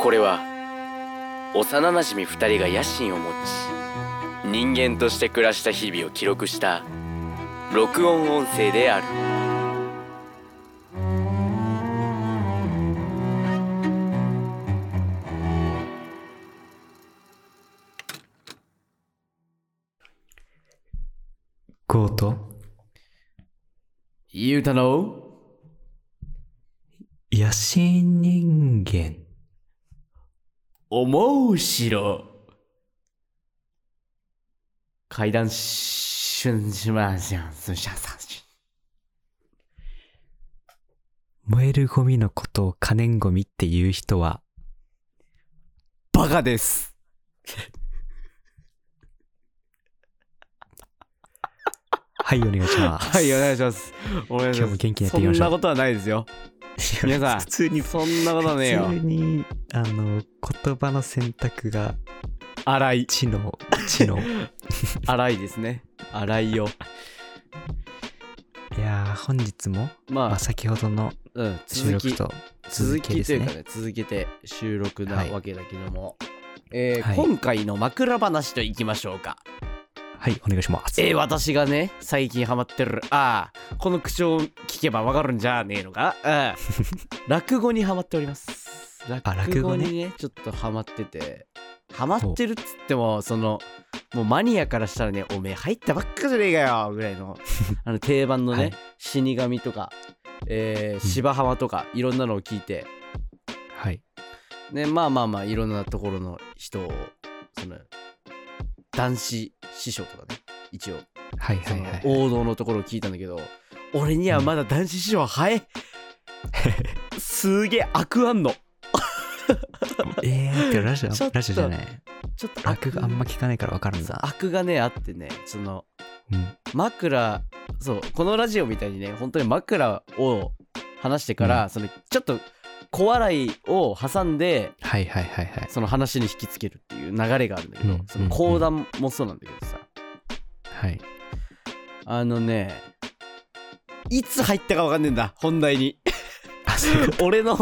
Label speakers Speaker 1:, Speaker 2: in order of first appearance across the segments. Speaker 1: これは幼なじみ2人が野心を持ち人間として暮らした日々を記録した録音音声である
Speaker 2: コート
Speaker 1: ゆうたろう
Speaker 2: 野心人間
Speaker 1: 思うしろ階段しゅんしましゃんすしゃさし
Speaker 2: 燃えるゴミのことを可燃ゴミっていう人は
Speaker 1: バカです
Speaker 2: はいお願いします
Speaker 1: はいお願いしますお願いし
Speaker 2: 今
Speaker 1: ま
Speaker 2: 日
Speaker 1: す
Speaker 2: も元気にやっていきましょ
Speaker 1: そんな
Speaker 2: う
Speaker 1: ことはないです よ皆さん
Speaker 2: 普通に普
Speaker 1: そんなことはねえよ
Speaker 2: 通にあの言葉の選択が
Speaker 1: 荒い
Speaker 2: 知能知 能い
Speaker 1: 荒いですね荒いよ
Speaker 2: やー本日も、ま
Speaker 1: ま
Speaker 2: あ、先ほどの
Speaker 1: あ、うん、
Speaker 2: 収
Speaker 1: 続
Speaker 2: 録
Speaker 1: き
Speaker 2: と続
Speaker 1: 続
Speaker 2: きで
Speaker 1: きと
Speaker 2: す
Speaker 1: いうか
Speaker 2: ね
Speaker 1: ね続けて収録な
Speaker 2: はい
Speaker 1: わけだけども、えー
Speaker 2: はい
Speaker 1: 今回の枕話といきましょうか
Speaker 2: はいお願いします
Speaker 1: えー、私がね最近ハマってるああこの口調聞けばわかるんじゃねえのか うん落語にハマっております
Speaker 2: あ
Speaker 1: 落
Speaker 2: 落
Speaker 1: 語
Speaker 2: 語ね
Speaker 1: にねちょっとハマっててハマってるっつってもそのもうマニアからしたらねおめえ入ったばっかじゃねえかよぐらいのあの定番のね、
Speaker 2: はい
Speaker 1: 死神とか、えー、
Speaker 2: うん
Speaker 1: 芝浜とかいろんなのを聞いて
Speaker 2: はい
Speaker 1: ねまあまあまあいろんなところの人をその男子師匠とかね一応
Speaker 2: はい
Speaker 1: そ
Speaker 2: はい
Speaker 1: の
Speaker 2: はいはい
Speaker 1: 王道のところを聞いたんだけど、俺にはまだ男子師匠は早いすげえ悪あんの
Speaker 2: えー、ってラジオ
Speaker 1: ちょっと
Speaker 2: ラジオじゃない
Speaker 1: ちょっと
Speaker 2: 楽があんま聞かないから分かるん
Speaker 1: そう
Speaker 2: だ
Speaker 1: 悪がねあってねその
Speaker 2: うん
Speaker 1: 枕そうこのラジオみたいにね本当に枕を話してから、そのちょっと小笑いを挟んで
Speaker 2: はいはいはいはい
Speaker 1: その話に引きつけるっていう流れがあるんだけど、
Speaker 2: うん
Speaker 1: その講談もそうなんだけどさ、
Speaker 2: はい
Speaker 1: あのねいつ入ったかわかんねえんだ本題 に
Speaker 2: あそういうこ
Speaker 1: 俺の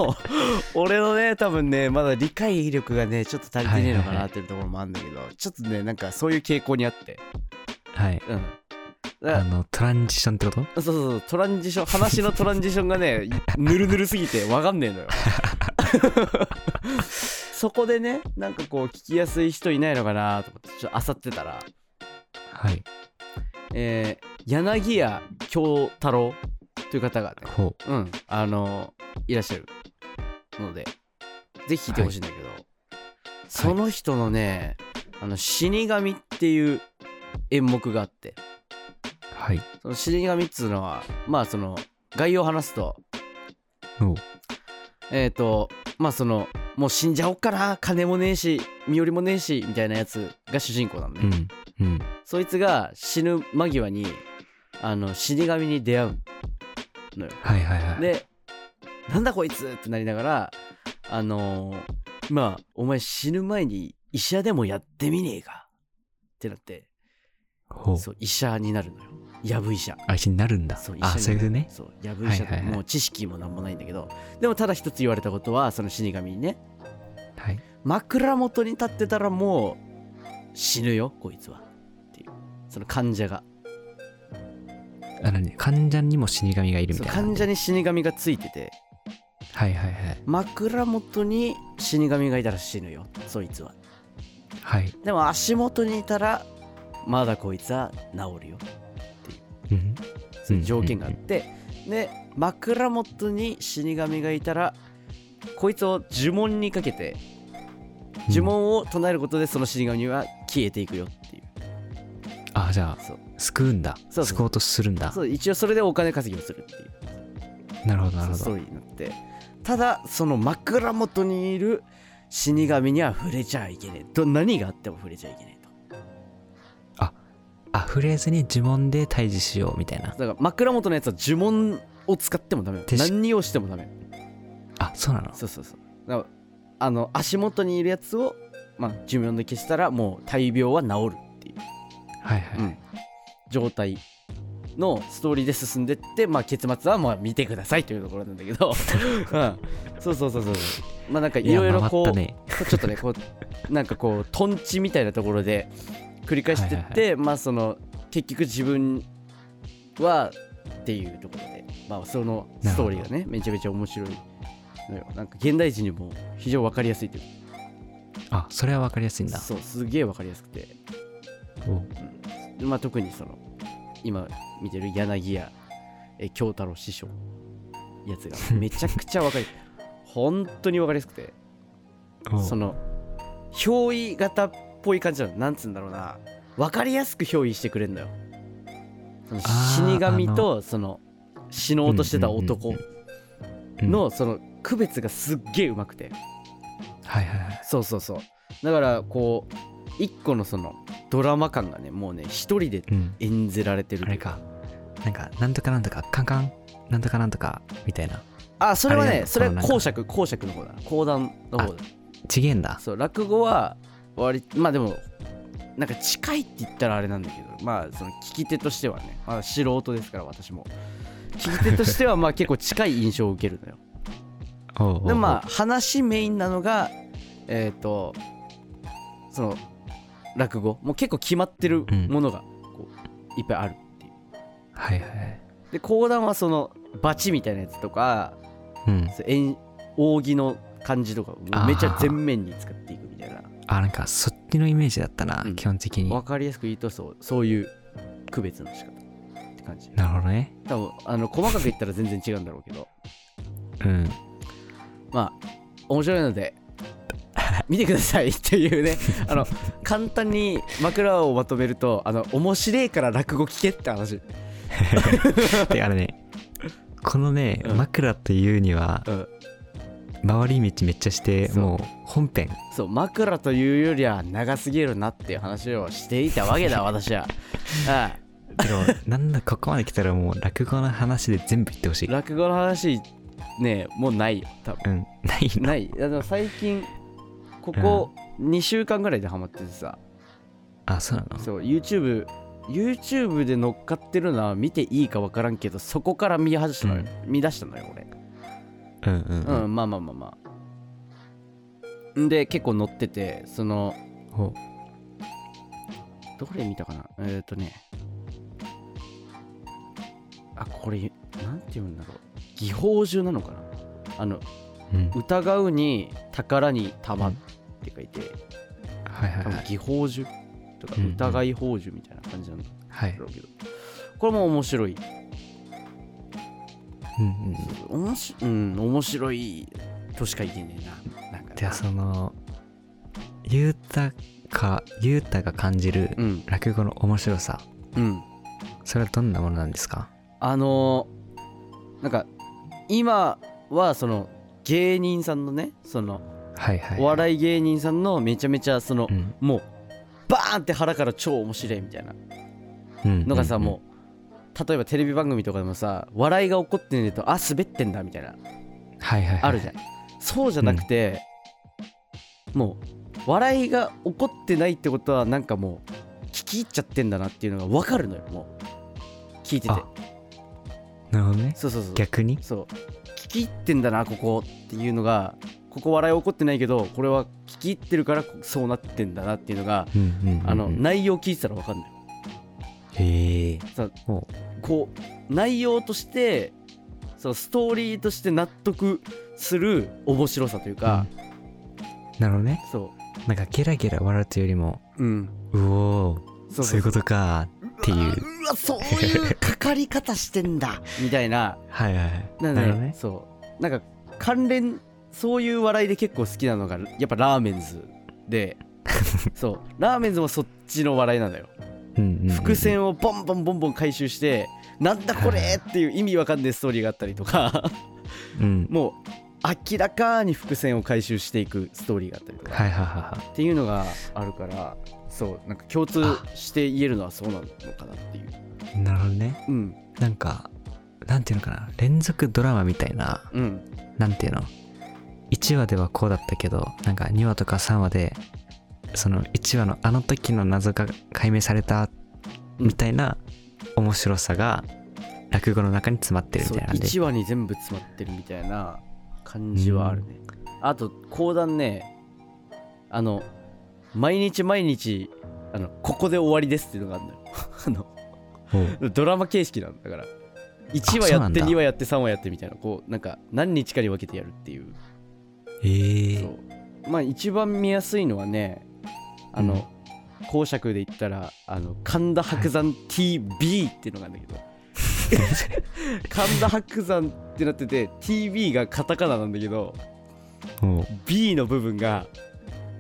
Speaker 1: 俺のね多分ねまだ理解力がねちょっと足りてねえのかなっていうところもあるんだけど、ちょっとねなんかそういう傾向にあって
Speaker 2: とはい
Speaker 1: うんだ
Speaker 2: あのトランジションってこと
Speaker 1: そうそうそうトランジション話のトランジションがねぬるぬるすぎてわかんねえの よそこでねなんかこう聞きやすい人いないのかなと思ってちょっと漁ってたら、
Speaker 2: はい
Speaker 1: えー柳家京太郎という方がね
Speaker 2: ほう
Speaker 1: うん、あのいらっしゃるので、ぜひ聞いてほしいんだけど、その人のね、あの死神っていう演目があって、
Speaker 2: はい
Speaker 1: その死神っつうのは、まあその概要を話すと、
Speaker 2: おう
Speaker 1: えっ、と、まあその、もう死んじゃおっかな、金もねえし、身寄りもねえし、みたいなやつが主人公なのね。
Speaker 2: うんうん
Speaker 1: そいつが死ぬ間際に、あの死神に出会うのよ。
Speaker 2: はいはいはい
Speaker 1: で、なんだこいつってなりながら、あのーまあ、お前死ぬ前に医者でもやってみねえかってなって、
Speaker 2: ほう
Speaker 1: そう、医者になるのよ。やぶ医者。
Speaker 2: あ一緒になるんだ
Speaker 1: そう、医者にな
Speaker 2: あ
Speaker 1: る
Speaker 2: そういうことね
Speaker 1: そう、やぶ医者、
Speaker 2: はいはいはい
Speaker 1: もう知識もなんもないんだけど、でもただ一つ言われたことは、その死神にね、
Speaker 2: はい
Speaker 1: 枕元に立ってたらもう死ぬよ、こいつは。っていう。その患者が。
Speaker 2: あ何患者にも死神がいるみ
Speaker 1: そう
Speaker 2: たいな
Speaker 1: 患者に死神がついてて、
Speaker 2: はいはいはい
Speaker 1: 枕元に死神がいたら死ぬよ、そいつは。
Speaker 2: はい
Speaker 1: でも足元にいたらまだこいつは治るよ
Speaker 2: うん
Speaker 1: そういう条件があって、で枕元に死神がいたらこいつを呪文にかけて呪文を唱えることでその死神は消えていくよっていう
Speaker 2: あじゃ
Speaker 1: そう
Speaker 2: あ救うんだ
Speaker 1: そうそう
Speaker 2: 救おうとするんだ
Speaker 1: そう一応それでお金稼ぎをするっていう
Speaker 2: なるほどなる
Speaker 1: スト
Speaker 2: ほ
Speaker 1: ー
Speaker 2: ど
Speaker 1: リーになってただその枕元にいる死神には触れちゃいけねえと何があっても触れちゃいけねえと
Speaker 2: あ触れずに呪文で退治しようみたいな
Speaker 1: だから枕元のやつは呪文を使ってもダメ
Speaker 2: でし
Speaker 1: 何をしてもダメ
Speaker 2: あそうなの
Speaker 1: そうそうそうだからあの足元にいるやつを、まあ、寿命で消したらもう大病は治るっていう、
Speaker 2: はいはい
Speaker 1: うん状態のストーリーで進んでって、まあ、結末はまあ見てくださいというところなんだ けど、うん、そうそうそうそうまあなんかいろいろこう、
Speaker 2: や回ったね
Speaker 1: ちょっとねこうなんかこうトンチみたいなところで繰り返してって、まあその結局自分はっていうところでまあそのストーリーがねめちゃめちゃ面白いのよなんか現代人にも非常に分かりやすいという
Speaker 2: あそれは分かりやすいん
Speaker 1: か
Speaker 2: だ
Speaker 1: そうすげえ分かりやすくて、
Speaker 2: お
Speaker 1: うんまあ、特にその今見てる柳家え京太郎師匠やつがめちゃくちゃ分かり本当に分かりやすくて
Speaker 2: お
Speaker 1: その憑依型っぽい感じなのなんつうんだろうな分かりやすく憑依してくれるんだよその
Speaker 2: あー
Speaker 1: 死神
Speaker 2: あ
Speaker 1: とその死のうとしてた
Speaker 2: うん
Speaker 1: 男
Speaker 2: うんうん
Speaker 1: のその区別がすっげえうまくて
Speaker 2: はいはいはい
Speaker 1: そうそうそうだからこう一個のそのドラマ感がねもうね一人で
Speaker 2: うん
Speaker 1: 演じられてる
Speaker 2: あれかなんかなんとかなんとかカンカンなんとかなんとかみたいな
Speaker 1: あそれは
Speaker 2: あれ
Speaker 1: ね
Speaker 2: だ
Speaker 1: それ
Speaker 2: その
Speaker 1: は
Speaker 2: なんか
Speaker 1: 公爵公爵の方だな講談の方だ
Speaker 2: ちげえんだ
Speaker 1: そう落語は割まあでもなんか近いって言ったらあれなんだけどまあその聞き手としてはねまだ素人ですから私も聞き手としてはまあ結構近い印象を受けるの よ
Speaker 2: おうおうおう
Speaker 1: でまあ話メインなのがえっ、とその落語もう結構決まってるものがこういっぱいあるっていう
Speaker 2: はいはいはい
Speaker 1: で講談はそのバチみたいなやつとか
Speaker 2: うん
Speaker 1: そう演扇の感じとかをめっちゃ全面に使っていくみたいな
Speaker 2: あなんかそっちのイメージだったな、
Speaker 1: うん
Speaker 2: 基本的に
Speaker 1: 分かりやすく言うとそうそういう区別の仕方って感じ
Speaker 2: なるほどね
Speaker 1: 多分あの細かく言ったら全然違うんだろうけど
Speaker 2: うん
Speaker 1: まあ面白いので 見てくださいっていうねあの簡単に枕をまとめるとあの面白いから落語聞けって話
Speaker 2: であ れねこのね、
Speaker 1: うん
Speaker 2: 枕というには
Speaker 1: うん
Speaker 2: 回り道めっちゃして
Speaker 1: そう
Speaker 2: もう本編
Speaker 1: そう枕というよりは長すぎるなっていう話をしていたわけだ私はあ
Speaker 2: で もなんだここまで来たらもう落語の話で全部言ってほしい
Speaker 1: 落語の話ねもうないよ多分
Speaker 2: うんないな
Speaker 1: ないあの最近ここ2週間ぐらいでハマっててさ、
Speaker 2: あそうなの
Speaker 1: そう YouTube YouTube で乗っかってるのは見ていいか分からんけどそこから見始めたのよ、見出したのよ俺
Speaker 2: うんうんう
Speaker 1: うん、
Speaker 2: ん
Speaker 1: まあまあまあまあんで結構乗っててその
Speaker 2: ほ
Speaker 1: どれ見たかなえっ、ー、とねあこれなんて言うんだろう技法中なのかなあの
Speaker 2: ううん
Speaker 1: 疑うに宝に玉って書いて、
Speaker 2: はいはい
Speaker 1: 多
Speaker 2: は
Speaker 1: 分
Speaker 2: い
Speaker 1: 技法樹とか
Speaker 2: うんうん
Speaker 1: 疑い宝樹みたいな感じなんだ
Speaker 2: はい
Speaker 1: ろうけど、これも面白い
Speaker 2: うんう
Speaker 1: お
Speaker 2: ん
Speaker 1: もしうん面白いとしか言えねえななんか
Speaker 2: じゃあそのゆうたかゆうたが感じる
Speaker 1: うん
Speaker 2: 落語の面白さ
Speaker 1: うん
Speaker 2: それはどんなものなんですか
Speaker 1: あのーなんか今はその芸人さんのねその
Speaker 2: はいはい
Speaker 1: お笑い芸人さんのめちゃめちゃその、
Speaker 2: うん
Speaker 1: もうバーンって腹から超面白いみたいな
Speaker 2: うん
Speaker 1: のがさ、
Speaker 2: うん
Speaker 1: もう例えばテレビ番組とかでもさ笑いが起こってねるとあ滑ってんだみたいな
Speaker 2: うんはいはいはい
Speaker 1: あるじゃん、そうじゃなくて、もう笑いが起こってないってことはなんかもう聞き入っちゃってんだなっていうのが分かるのよもう聞いてて
Speaker 2: あなるほどね
Speaker 1: そうそうそう
Speaker 2: 逆に
Speaker 1: そう聞き入ってんだなここっていうのがここ笑い起こってないけどこれは聞き入ってるからこそうなってんだなっていうのが、
Speaker 2: うんうんうんうん
Speaker 1: あの内容聞いてたら分かんない
Speaker 2: へえ
Speaker 1: さ
Speaker 2: ほ
Speaker 1: こう内容としてそのストーリーとして納得する面白さというか、
Speaker 2: なるほどね
Speaker 1: そ
Speaker 2: なんかゲラゲラ笑うというよりも
Speaker 1: ううん
Speaker 2: うおー
Speaker 1: そう
Speaker 2: そういうことかっていう
Speaker 1: うわそういうかかり方してんだ みたいな
Speaker 2: はいはいはい
Speaker 1: な
Speaker 2: なる
Speaker 1: の
Speaker 2: ほど
Speaker 1: で
Speaker 2: ね
Speaker 1: そうなんか関連そういう笑いで結構好きなのがやっぱラーメンズ でそうラーメンズもそっちの笑いなのよ
Speaker 2: うんうんうん
Speaker 1: 伏線をボンボンボンボン回収してなんだこれっていう意味わかんないストーリーがあったりとか
Speaker 2: うん
Speaker 1: もう明らかに伏線を回収していくストーリーがあったりとか
Speaker 2: はいはいはいはい
Speaker 1: っていうのがあるからそうなんか共通して言えるのはそうなのかなっていう
Speaker 2: なるほどね
Speaker 1: うん
Speaker 2: なんかなんていうのかな連続ドラマみたいな
Speaker 1: うん
Speaker 2: なんていうの1話ではこうだったけどなんか2話とか3話でその1話のあの時の謎が解明されたみたいな面白さが落語の中に詰まってるみ
Speaker 1: そう
Speaker 2: たいなんで
Speaker 1: 1話に全部詰まってるみたいな感じはあるね、あと講談ねあの毎日毎日あのここで終わりですっていうのがあるのよあの
Speaker 2: おう
Speaker 1: ドラマ形式なんだから1話
Speaker 2: そう
Speaker 1: や
Speaker 2: な
Speaker 1: っ
Speaker 2: ん
Speaker 1: て
Speaker 2: だ
Speaker 1: 2話やって3話やってみたいなこうなんか何日かに分けてやるっていう
Speaker 2: え
Speaker 1: そ
Speaker 2: ー、
Speaker 1: うまあ一番見やすいのはねあの、公爵で言ったらあの神田伯山 TV っていうのがあるんだけど神田伯山ってなってて TV がカタカナなんだけど
Speaker 2: おう
Speaker 1: B の部分が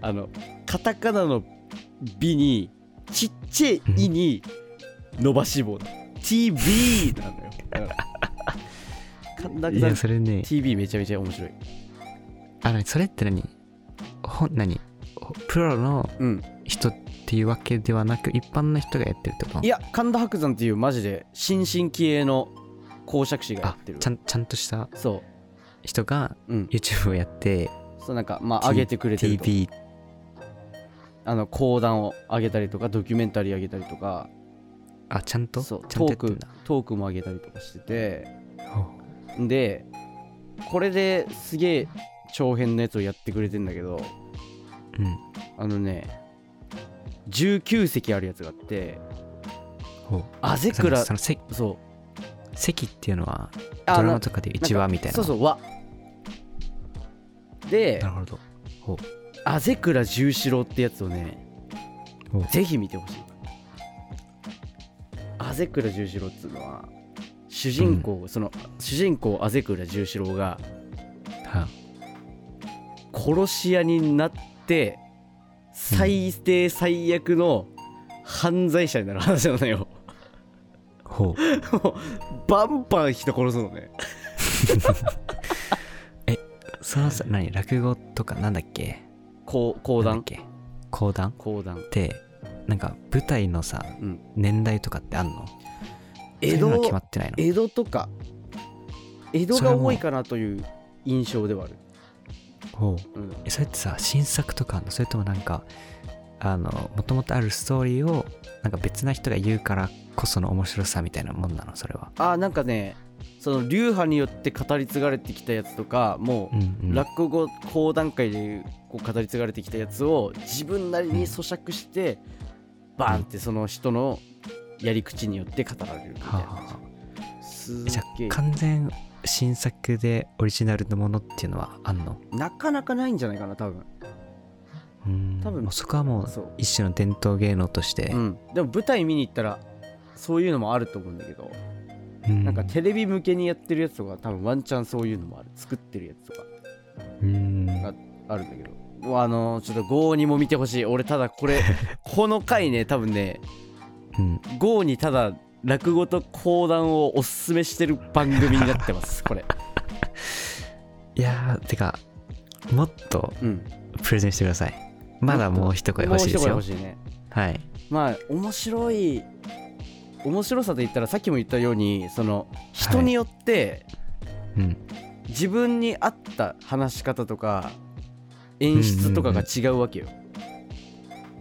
Speaker 1: あのカタカナの「B」にちっちゃい「い」に伸ばし棒だ TV なのよだから神田
Speaker 2: い
Speaker 1: 伯
Speaker 2: や
Speaker 1: 山
Speaker 2: それね
Speaker 1: TV めちゃめちゃ面白い
Speaker 2: あのそれって何ほ何ほプロの
Speaker 1: うん
Speaker 2: 人っていうわけではなく一般の人がやってるってこと
Speaker 1: いや神田伯山っていうマジで新進気鋭の公爵師がや
Speaker 2: あ
Speaker 1: ってる
Speaker 2: ちゃんちゃんとした
Speaker 1: そ
Speaker 2: 人が
Speaker 1: ううん
Speaker 2: YouTube をやって
Speaker 1: そうなんかまあ上げてくれてると
Speaker 2: TV
Speaker 1: あの講談を上げたりとかドキュメンタリー上げたりとか
Speaker 2: あちゃんと
Speaker 1: そう
Speaker 2: ちゃ
Speaker 1: ト
Speaker 2: んと
Speaker 1: ー
Speaker 2: やってる
Speaker 1: ク
Speaker 2: んだ
Speaker 1: トークも上げたりとかしてて
Speaker 2: ほ
Speaker 1: でこれですげえ長編のやつをやってくれてんだけど
Speaker 2: ううん
Speaker 1: あのね19席あるやつがあって
Speaker 2: ほう
Speaker 1: あぜ
Speaker 2: そ
Speaker 1: く
Speaker 2: の
Speaker 1: ら
Speaker 2: その席
Speaker 1: そう
Speaker 2: 席っていうのは
Speaker 1: あ
Speaker 2: ドラ
Speaker 1: な
Speaker 2: マとかで1話みたいな
Speaker 1: そうそう和で
Speaker 2: なるほどほう
Speaker 1: あぜくら十四郎ってやつをね
Speaker 2: ほう
Speaker 1: ぜひ見てほしいあぜくら十四郎っつうのは主人公、その主人公あぜくら十四郎が
Speaker 2: は
Speaker 1: 殺し屋になって最低最悪の犯罪者になる話なのよ
Speaker 2: ほう
Speaker 1: バンバン人殺すのね
Speaker 2: そのさ何落語とかなんだっけ
Speaker 1: こう講
Speaker 2: なんだ
Speaker 1: 談
Speaker 2: っけ講談
Speaker 1: 講談
Speaker 2: ってなんか舞台のさ、
Speaker 1: うん
Speaker 2: 年代とかってあんの
Speaker 1: 江
Speaker 2: そういうのは
Speaker 1: 戸
Speaker 2: 決まってないの
Speaker 1: 江戸とか江戸
Speaker 2: それ
Speaker 1: が
Speaker 2: も
Speaker 1: 多いかなという印象ではある、
Speaker 2: ほう
Speaker 1: うん、
Speaker 2: えそれってさ新作とかあんのそれともなんかあのもともとあるストーリーをなんか別な人が言うからこその面白さみたいなもんなのそれは
Speaker 1: あーなんかねその流派によって語り継がれてきたやつとかも
Speaker 2: うんう
Speaker 1: うん落語講談会でこう語り継がれてきたやつを自分なりに咀嚼してバーンってその人のやり口によって語られるみたい
Speaker 2: はあ
Speaker 1: な
Speaker 2: はあはあ
Speaker 1: 感じすっ
Speaker 2: えじゃ
Speaker 1: げえ
Speaker 2: あ完全新作でオリジナルのものっていうのはあんの
Speaker 1: なかなかないんじゃないかな多分
Speaker 2: うん
Speaker 1: 多分
Speaker 2: もうそこはもう
Speaker 1: そう、
Speaker 2: 一種の伝統芸能として、
Speaker 1: うん、でも舞台見に行ったらそういうのもあると思うんだけど
Speaker 2: う
Speaker 1: なんかテレビ向けにやってるやつとか多分ワンチャンそういうのもある作ってるやつとか
Speaker 2: うん
Speaker 1: あるんだけどもうあのーちょっと郷にも見てほしい俺ただこれ この回ね多分ね
Speaker 2: うん
Speaker 1: 郷にただ落語と講談をおすすめしてる番組になって ますこれ
Speaker 2: いやーてかもっと
Speaker 1: うん
Speaker 2: プレゼンしてくださいまだもう一声
Speaker 1: もう
Speaker 2: 欲しい
Speaker 1: 一
Speaker 2: で
Speaker 1: 声
Speaker 2: すよ
Speaker 1: 欲しいね
Speaker 2: はい
Speaker 1: まあ面白い面白さと言ったらさっきも言ったようにその人によって
Speaker 2: うん
Speaker 1: 自分に合った話し方とか演出とかが違うわけよ、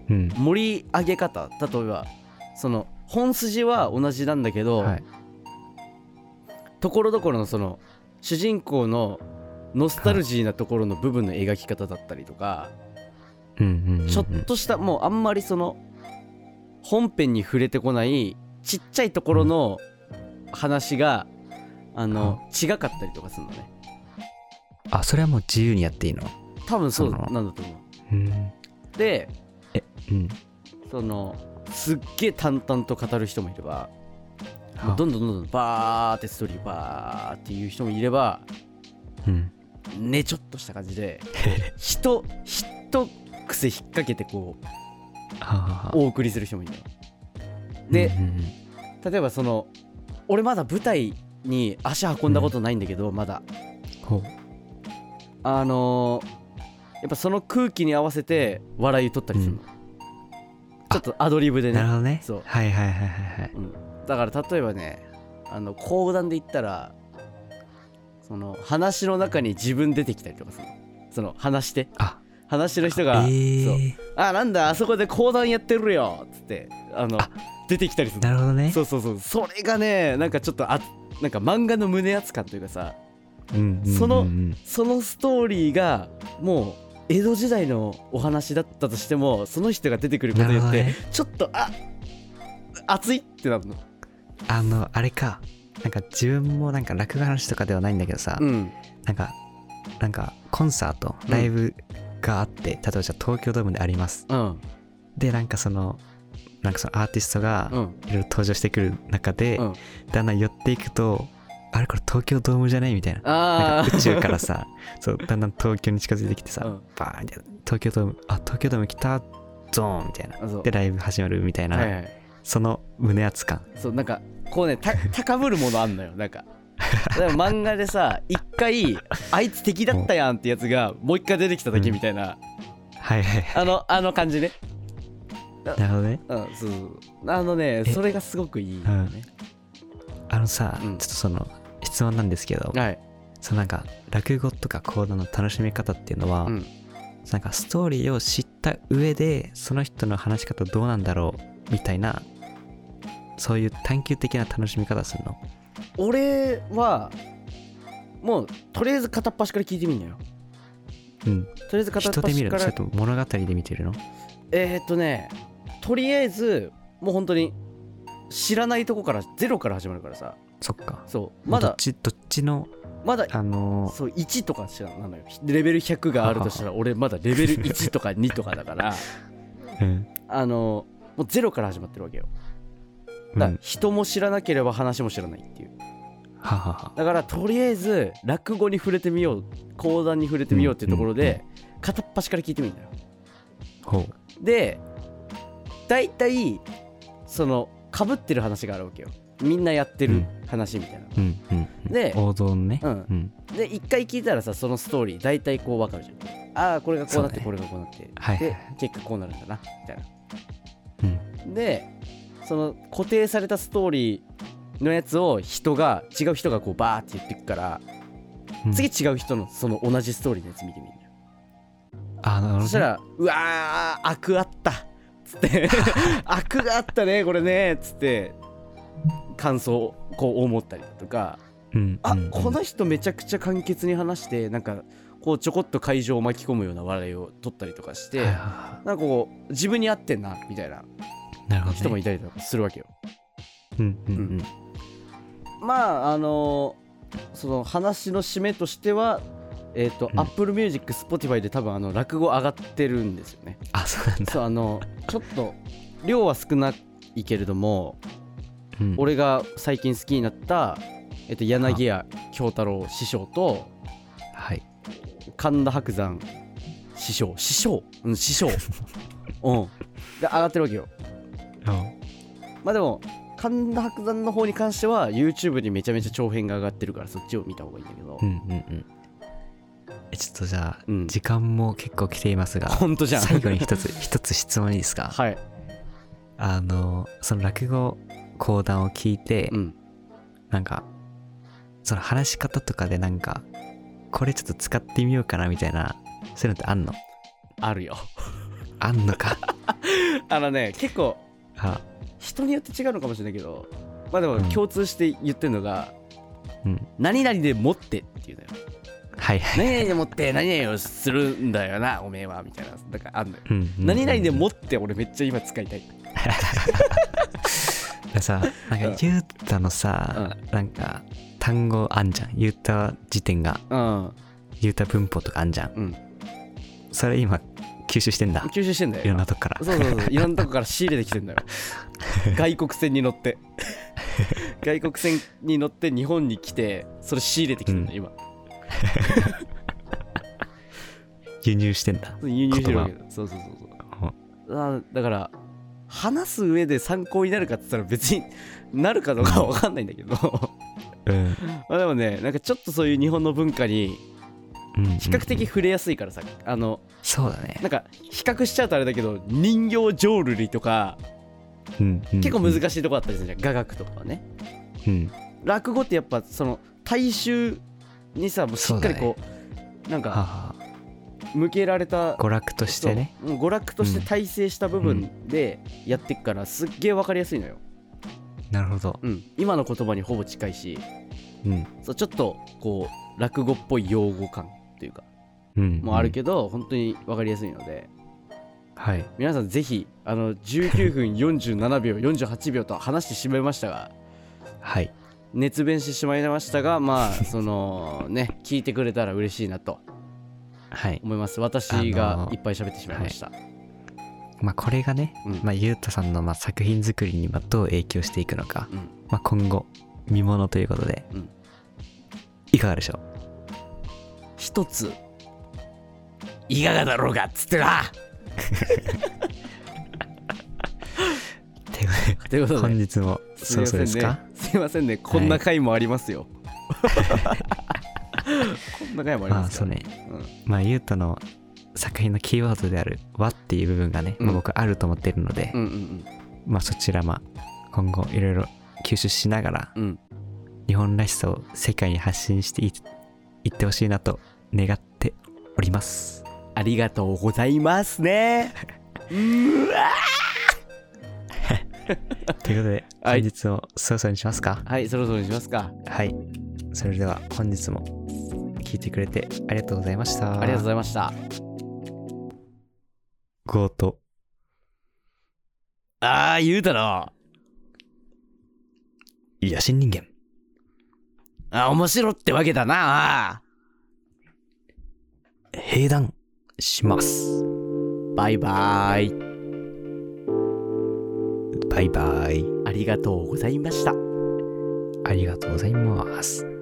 Speaker 2: うん
Speaker 1: 盛り上げ方例えばその本筋は同じなんだけど、
Speaker 2: はい
Speaker 1: ところどころのその主人公のノスタルジーなところの部分の描き方だったりとか、
Speaker 2: うんうんうんうん
Speaker 1: ちょっとしたもうあんまりその本編に触れてこないちっちゃいところの話が、あの違かったりとかするのね
Speaker 2: あそれはもう自由にやっていいの
Speaker 1: 多分そう
Speaker 2: そうなの
Speaker 1: なんだと思
Speaker 2: うん
Speaker 1: うで
Speaker 2: うん
Speaker 1: そのすっげえ淡々と語る人もいれば
Speaker 2: は
Speaker 1: どんどんどんどんバーってストーリーバーっていう人もいれば
Speaker 2: うん
Speaker 1: ねちょっとした感じで人人癖引っ掛けてこう
Speaker 2: はあはあはあ
Speaker 1: お送りする人もいるので
Speaker 2: うんうんうん
Speaker 1: 例えばその俺まだ舞台に足運んだことないんだけど、まだ
Speaker 2: ほう
Speaker 1: あのーやっぱその空気に合わせて笑いを取ったりするの、
Speaker 2: うん
Speaker 1: ちょっとアドリブで
Speaker 2: なる
Speaker 1: ね
Speaker 2: ほどね
Speaker 1: そう
Speaker 2: はいはいはいはいはい
Speaker 1: うん、だから例えばねあの講談で言ったらその話の中に自分出てきたりとかするのその話して
Speaker 2: あ
Speaker 1: 話してる人
Speaker 2: え
Speaker 1: が「そう
Speaker 2: ー、
Speaker 1: あなんだあそこで講談やってるよ」っつってあの
Speaker 2: あ
Speaker 1: 出てきたりする
Speaker 2: なるほどね
Speaker 1: そうそうそうそれがねなんかちょっとあなんか漫画の胸厚感というかさ
Speaker 2: うんうんうんうん
Speaker 1: そのそのストーリーがもう江戸時代のお話だったとしてもその人が出てくることによって、
Speaker 2: なるほ
Speaker 1: ちょっとあ熱いってなるの
Speaker 2: あのあれかなんか自分もなんか落語の話とかではないんだけどさ、
Speaker 1: うん
Speaker 2: なんかなんかコンサートライブがあって、例えばじゃあ東京ドームであります
Speaker 1: うん
Speaker 2: でなんかそのなんかそのアーティストが
Speaker 1: うん
Speaker 2: いろいろ登場してくる中で、
Speaker 1: うん
Speaker 2: だんだん寄っていくとあれこれ東京ドームじゃないみたいなな
Speaker 1: あ
Speaker 2: んか宇宙か らさそうだんだん東京に近づいてきてさ、
Speaker 1: うん
Speaker 2: バーンって東京ドームあ東京ドーム来たゾーンみたいな
Speaker 1: あそう
Speaker 2: でライブ始まるみたい
Speaker 1: あ
Speaker 2: な、
Speaker 1: はいはい
Speaker 2: その胸熱感
Speaker 1: そうなんかこうねた 高ぶるものあんのよなんか でも漫画でさ一回あいつ敵だったやんってやつがもう一回出てきた時みたいな、
Speaker 2: はいはいは
Speaker 1: あのあの感じね
Speaker 2: いなるほどね
Speaker 1: うんそうそうあのね
Speaker 2: え
Speaker 1: それがすごくいいよね、
Speaker 2: あのさ、
Speaker 1: うん
Speaker 2: ちょっとその質問なんですけど、
Speaker 1: はい
Speaker 2: そのなんか落語とか講談の楽しみ方っていうのは、
Speaker 1: うん
Speaker 2: なんかストーリーを知った上でその人の話し方どうなんだろうみたいなそういう探求的な楽しみ方するの
Speaker 1: 俺はもうとりあえず片っ端から聞いてみんのよ
Speaker 2: うん
Speaker 1: とりあえず片っ
Speaker 2: 人で見
Speaker 1: 端
Speaker 2: る
Speaker 1: か
Speaker 2: のそれ
Speaker 1: ら
Speaker 2: とも物語で見てるの
Speaker 1: えー、っとねとりあえずもう本当に知らないとこからゼロから始まるからさ
Speaker 2: そっか
Speaker 1: そうま
Speaker 2: どっ
Speaker 1: だ
Speaker 2: ちどっちの
Speaker 1: まだ
Speaker 2: あの
Speaker 1: そう1とかしかなのよレベル100があるとしたら俺まだレベル1とか2とかだから
Speaker 2: ーうん
Speaker 1: あのもうゼロから始まってるわけよ
Speaker 2: う
Speaker 1: だから
Speaker 2: ん
Speaker 1: 人も知らなければ話も知らないっていう
Speaker 2: ははは
Speaker 1: だからとりあえず落語に触れてみよう講談に触れてみようっていうところで片っ端から聞いてみるんだよ
Speaker 2: ほう
Speaker 1: で大体そのかぶってる話があるわけよみんなやってる話みたいな、
Speaker 2: うんうんうん
Speaker 1: で
Speaker 2: 王道のね
Speaker 1: うん
Speaker 2: うん
Speaker 1: で一回聞いたらさそのストーリー大体こうわかるじゃんああこれがこうなって
Speaker 2: そうね
Speaker 1: これがこうなって、
Speaker 2: はいはい
Speaker 1: で
Speaker 2: は
Speaker 1: 結果こうなるんだなみたいな
Speaker 2: うん
Speaker 1: でその固定されたストーリーのやつを人が違う人がこうバーって言ってくから、
Speaker 2: うん
Speaker 1: 次違う人のその同じストーリーのやつ見てみるのよ
Speaker 2: あなるほどね
Speaker 1: そしたら「うわー悪あった」つ って「悪があったねこれね」つって感想をこう思ったりだとか
Speaker 2: うん
Speaker 1: あ
Speaker 2: うん
Speaker 1: この人めちゃくちゃ簡潔に話してなんかこうちょこっと会場を巻き込むような笑いを取ったりとかし
Speaker 2: は
Speaker 1: て
Speaker 2: いはいは
Speaker 1: なんかこう自分に合ってんなみたいない
Speaker 2: なるほどね
Speaker 1: 人もいたりとかするわけよ。
Speaker 2: うんうんうん
Speaker 1: まああのその話の締めとしてはえっ、と、
Speaker 2: うん
Speaker 1: Apple Music、Spotify で多分あの落語上がってるんですよね。
Speaker 2: あそうなんだ
Speaker 1: そうあのちょっと量は少ないけれども
Speaker 2: うん
Speaker 1: 俺が最近好きになった、えっと、柳家京太郎師匠と
Speaker 2: はい
Speaker 1: 神田伯山師匠師匠うん師 匠うんで上がってるわけよまあでも神田伯山の方に関しては YouTube にめちゃめちゃ長編が上がってるからそっちを見た方がいいんだけど、
Speaker 2: うんうんうんえちょっとじゃあ
Speaker 1: うん
Speaker 2: 時間も結構来ていますが
Speaker 1: ほんとじゃん
Speaker 2: 最後に一つ 一つ質問いいですか
Speaker 1: はい、
Speaker 2: あのその落語講談を聞いて、
Speaker 1: うん、
Speaker 2: なんかその話し方とかでなんかこれちょっと使ってみようかなみたいなそういうのってあ んの
Speaker 1: あるよ
Speaker 2: あんのか
Speaker 1: あのね結構
Speaker 2: あ
Speaker 1: 人によって違うのかもしれないけどまあでも
Speaker 2: うん
Speaker 1: 共通して言ってるのが、
Speaker 2: うん
Speaker 1: 何々で持ってっていう のよ
Speaker 2: はいはい、
Speaker 1: 何々で持って何々をするんだよなおめえはみたいなだからあんのよ
Speaker 2: うんうんうん
Speaker 1: 何々で持って俺めっちゃ今使いたい
Speaker 2: だからさなん
Speaker 1: うん
Speaker 2: かゆうたのさ、なんか単語あんじゃんゆうた辞典が
Speaker 1: うん
Speaker 2: ゆうた文法とかあんじゃん
Speaker 1: うん
Speaker 2: それ今吸収してんだ
Speaker 1: 吸収してんだよ
Speaker 2: いろんなとこから
Speaker 1: そうそうそういろんなとこから仕入れてきて んだよ外国船に乗って外国船に乗って日本に来てそれ仕入れてきてんだよ、
Speaker 2: 輸入してんだ
Speaker 1: 今輸入してるわけだそうそうそうそうあだから話す上で参考になるかって言ったら別になるかどうかは分かんないんだけど
Speaker 2: うん、
Speaker 1: まあでもねなんかちょっとそういう日本の文化に
Speaker 2: うん
Speaker 1: 比較的触れやすいからさあの
Speaker 2: そうだね
Speaker 1: なんか比較しちゃうとあれだけど人形浄瑠璃とか結構難しいとこだったりするじゃん雅楽とかはね
Speaker 2: い、うん、
Speaker 1: 落語ってやっぱその大衆にさもうしっかりこうなん
Speaker 2: は
Speaker 1: か
Speaker 2: は
Speaker 1: 向けられた
Speaker 2: 娯楽としてね
Speaker 1: そううん娯楽として体制した部分でやってっからすっげえ分かりやすいのよ、
Speaker 2: なるほど
Speaker 1: うん、今の言葉にほぼ近いし
Speaker 2: うん
Speaker 1: そうちょっとこう落語っぽい用語感というか
Speaker 2: うん
Speaker 1: もある
Speaker 2: ど、
Speaker 1: けど、本当に分かりやすいので
Speaker 2: はい
Speaker 1: 皆さんぜひあの19分47秒48秒と話してしまいましたが
Speaker 2: はい
Speaker 1: 熱弁してしまいましたがまあそのね聞いてくれたら嬉しいなと
Speaker 2: はい
Speaker 1: 思います私がいっぱい喋ってしまいました、
Speaker 2: まあこれがね、
Speaker 1: うん
Speaker 2: まあ、ゆうたさんのまあ作品作りにまあどう影響していくのか、
Speaker 1: うん
Speaker 2: まあ、今後見ものということで、
Speaker 1: うん
Speaker 2: いかがでしょう
Speaker 1: 一ついかがだろうがっつってな
Speaker 2: ということで
Speaker 1: ということ
Speaker 2: 本
Speaker 1: で
Speaker 2: 日も
Speaker 1: すい
Speaker 2: そ
Speaker 1: ませ
Speaker 2: うそうんです
Speaker 1: ね
Speaker 2: か
Speaker 1: すいませんねこんな回もありますよ、こんな回もあり
Speaker 2: ま
Speaker 1: ま
Speaker 2: あ
Speaker 1: す
Speaker 2: そ
Speaker 1: よ
Speaker 2: うねまあゆうたの作品のキーワードである「和」っていう部分がね、
Speaker 1: うん
Speaker 2: まあ僕はあると思っているので、
Speaker 1: うんうん
Speaker 2: まあそちらまあ今後いろいろ吸収しながら
Speaker 1: うんうん
Speaker 2: 日本らしさを世界に発信していいってほしいなと願っております
Speaker 1: ありがとうございますねうわ
Speaker 2: ということで
Speaker 1: は
Speaker 2: 本
Speaker 1: い
Speaker 2: 日もそろそろにしますか
Speaker 1: はいそろそろにしますか
Speaker 2: はいそれでは本日も聞いてくれてありがとうございました
Speaker 1: ありがとうございました
Speaker 2: ゴート
Speaker 1: ああ言うたな
Speaker 2: 野心人間
Speaker 1: あ面白ってわけだな
Speaker 2: 閉壇します
Speaker 1: バイバイ
Speaker 2: バイバイ
Speaker 1: ありがとうございました
Speaker 2: ありがとうございます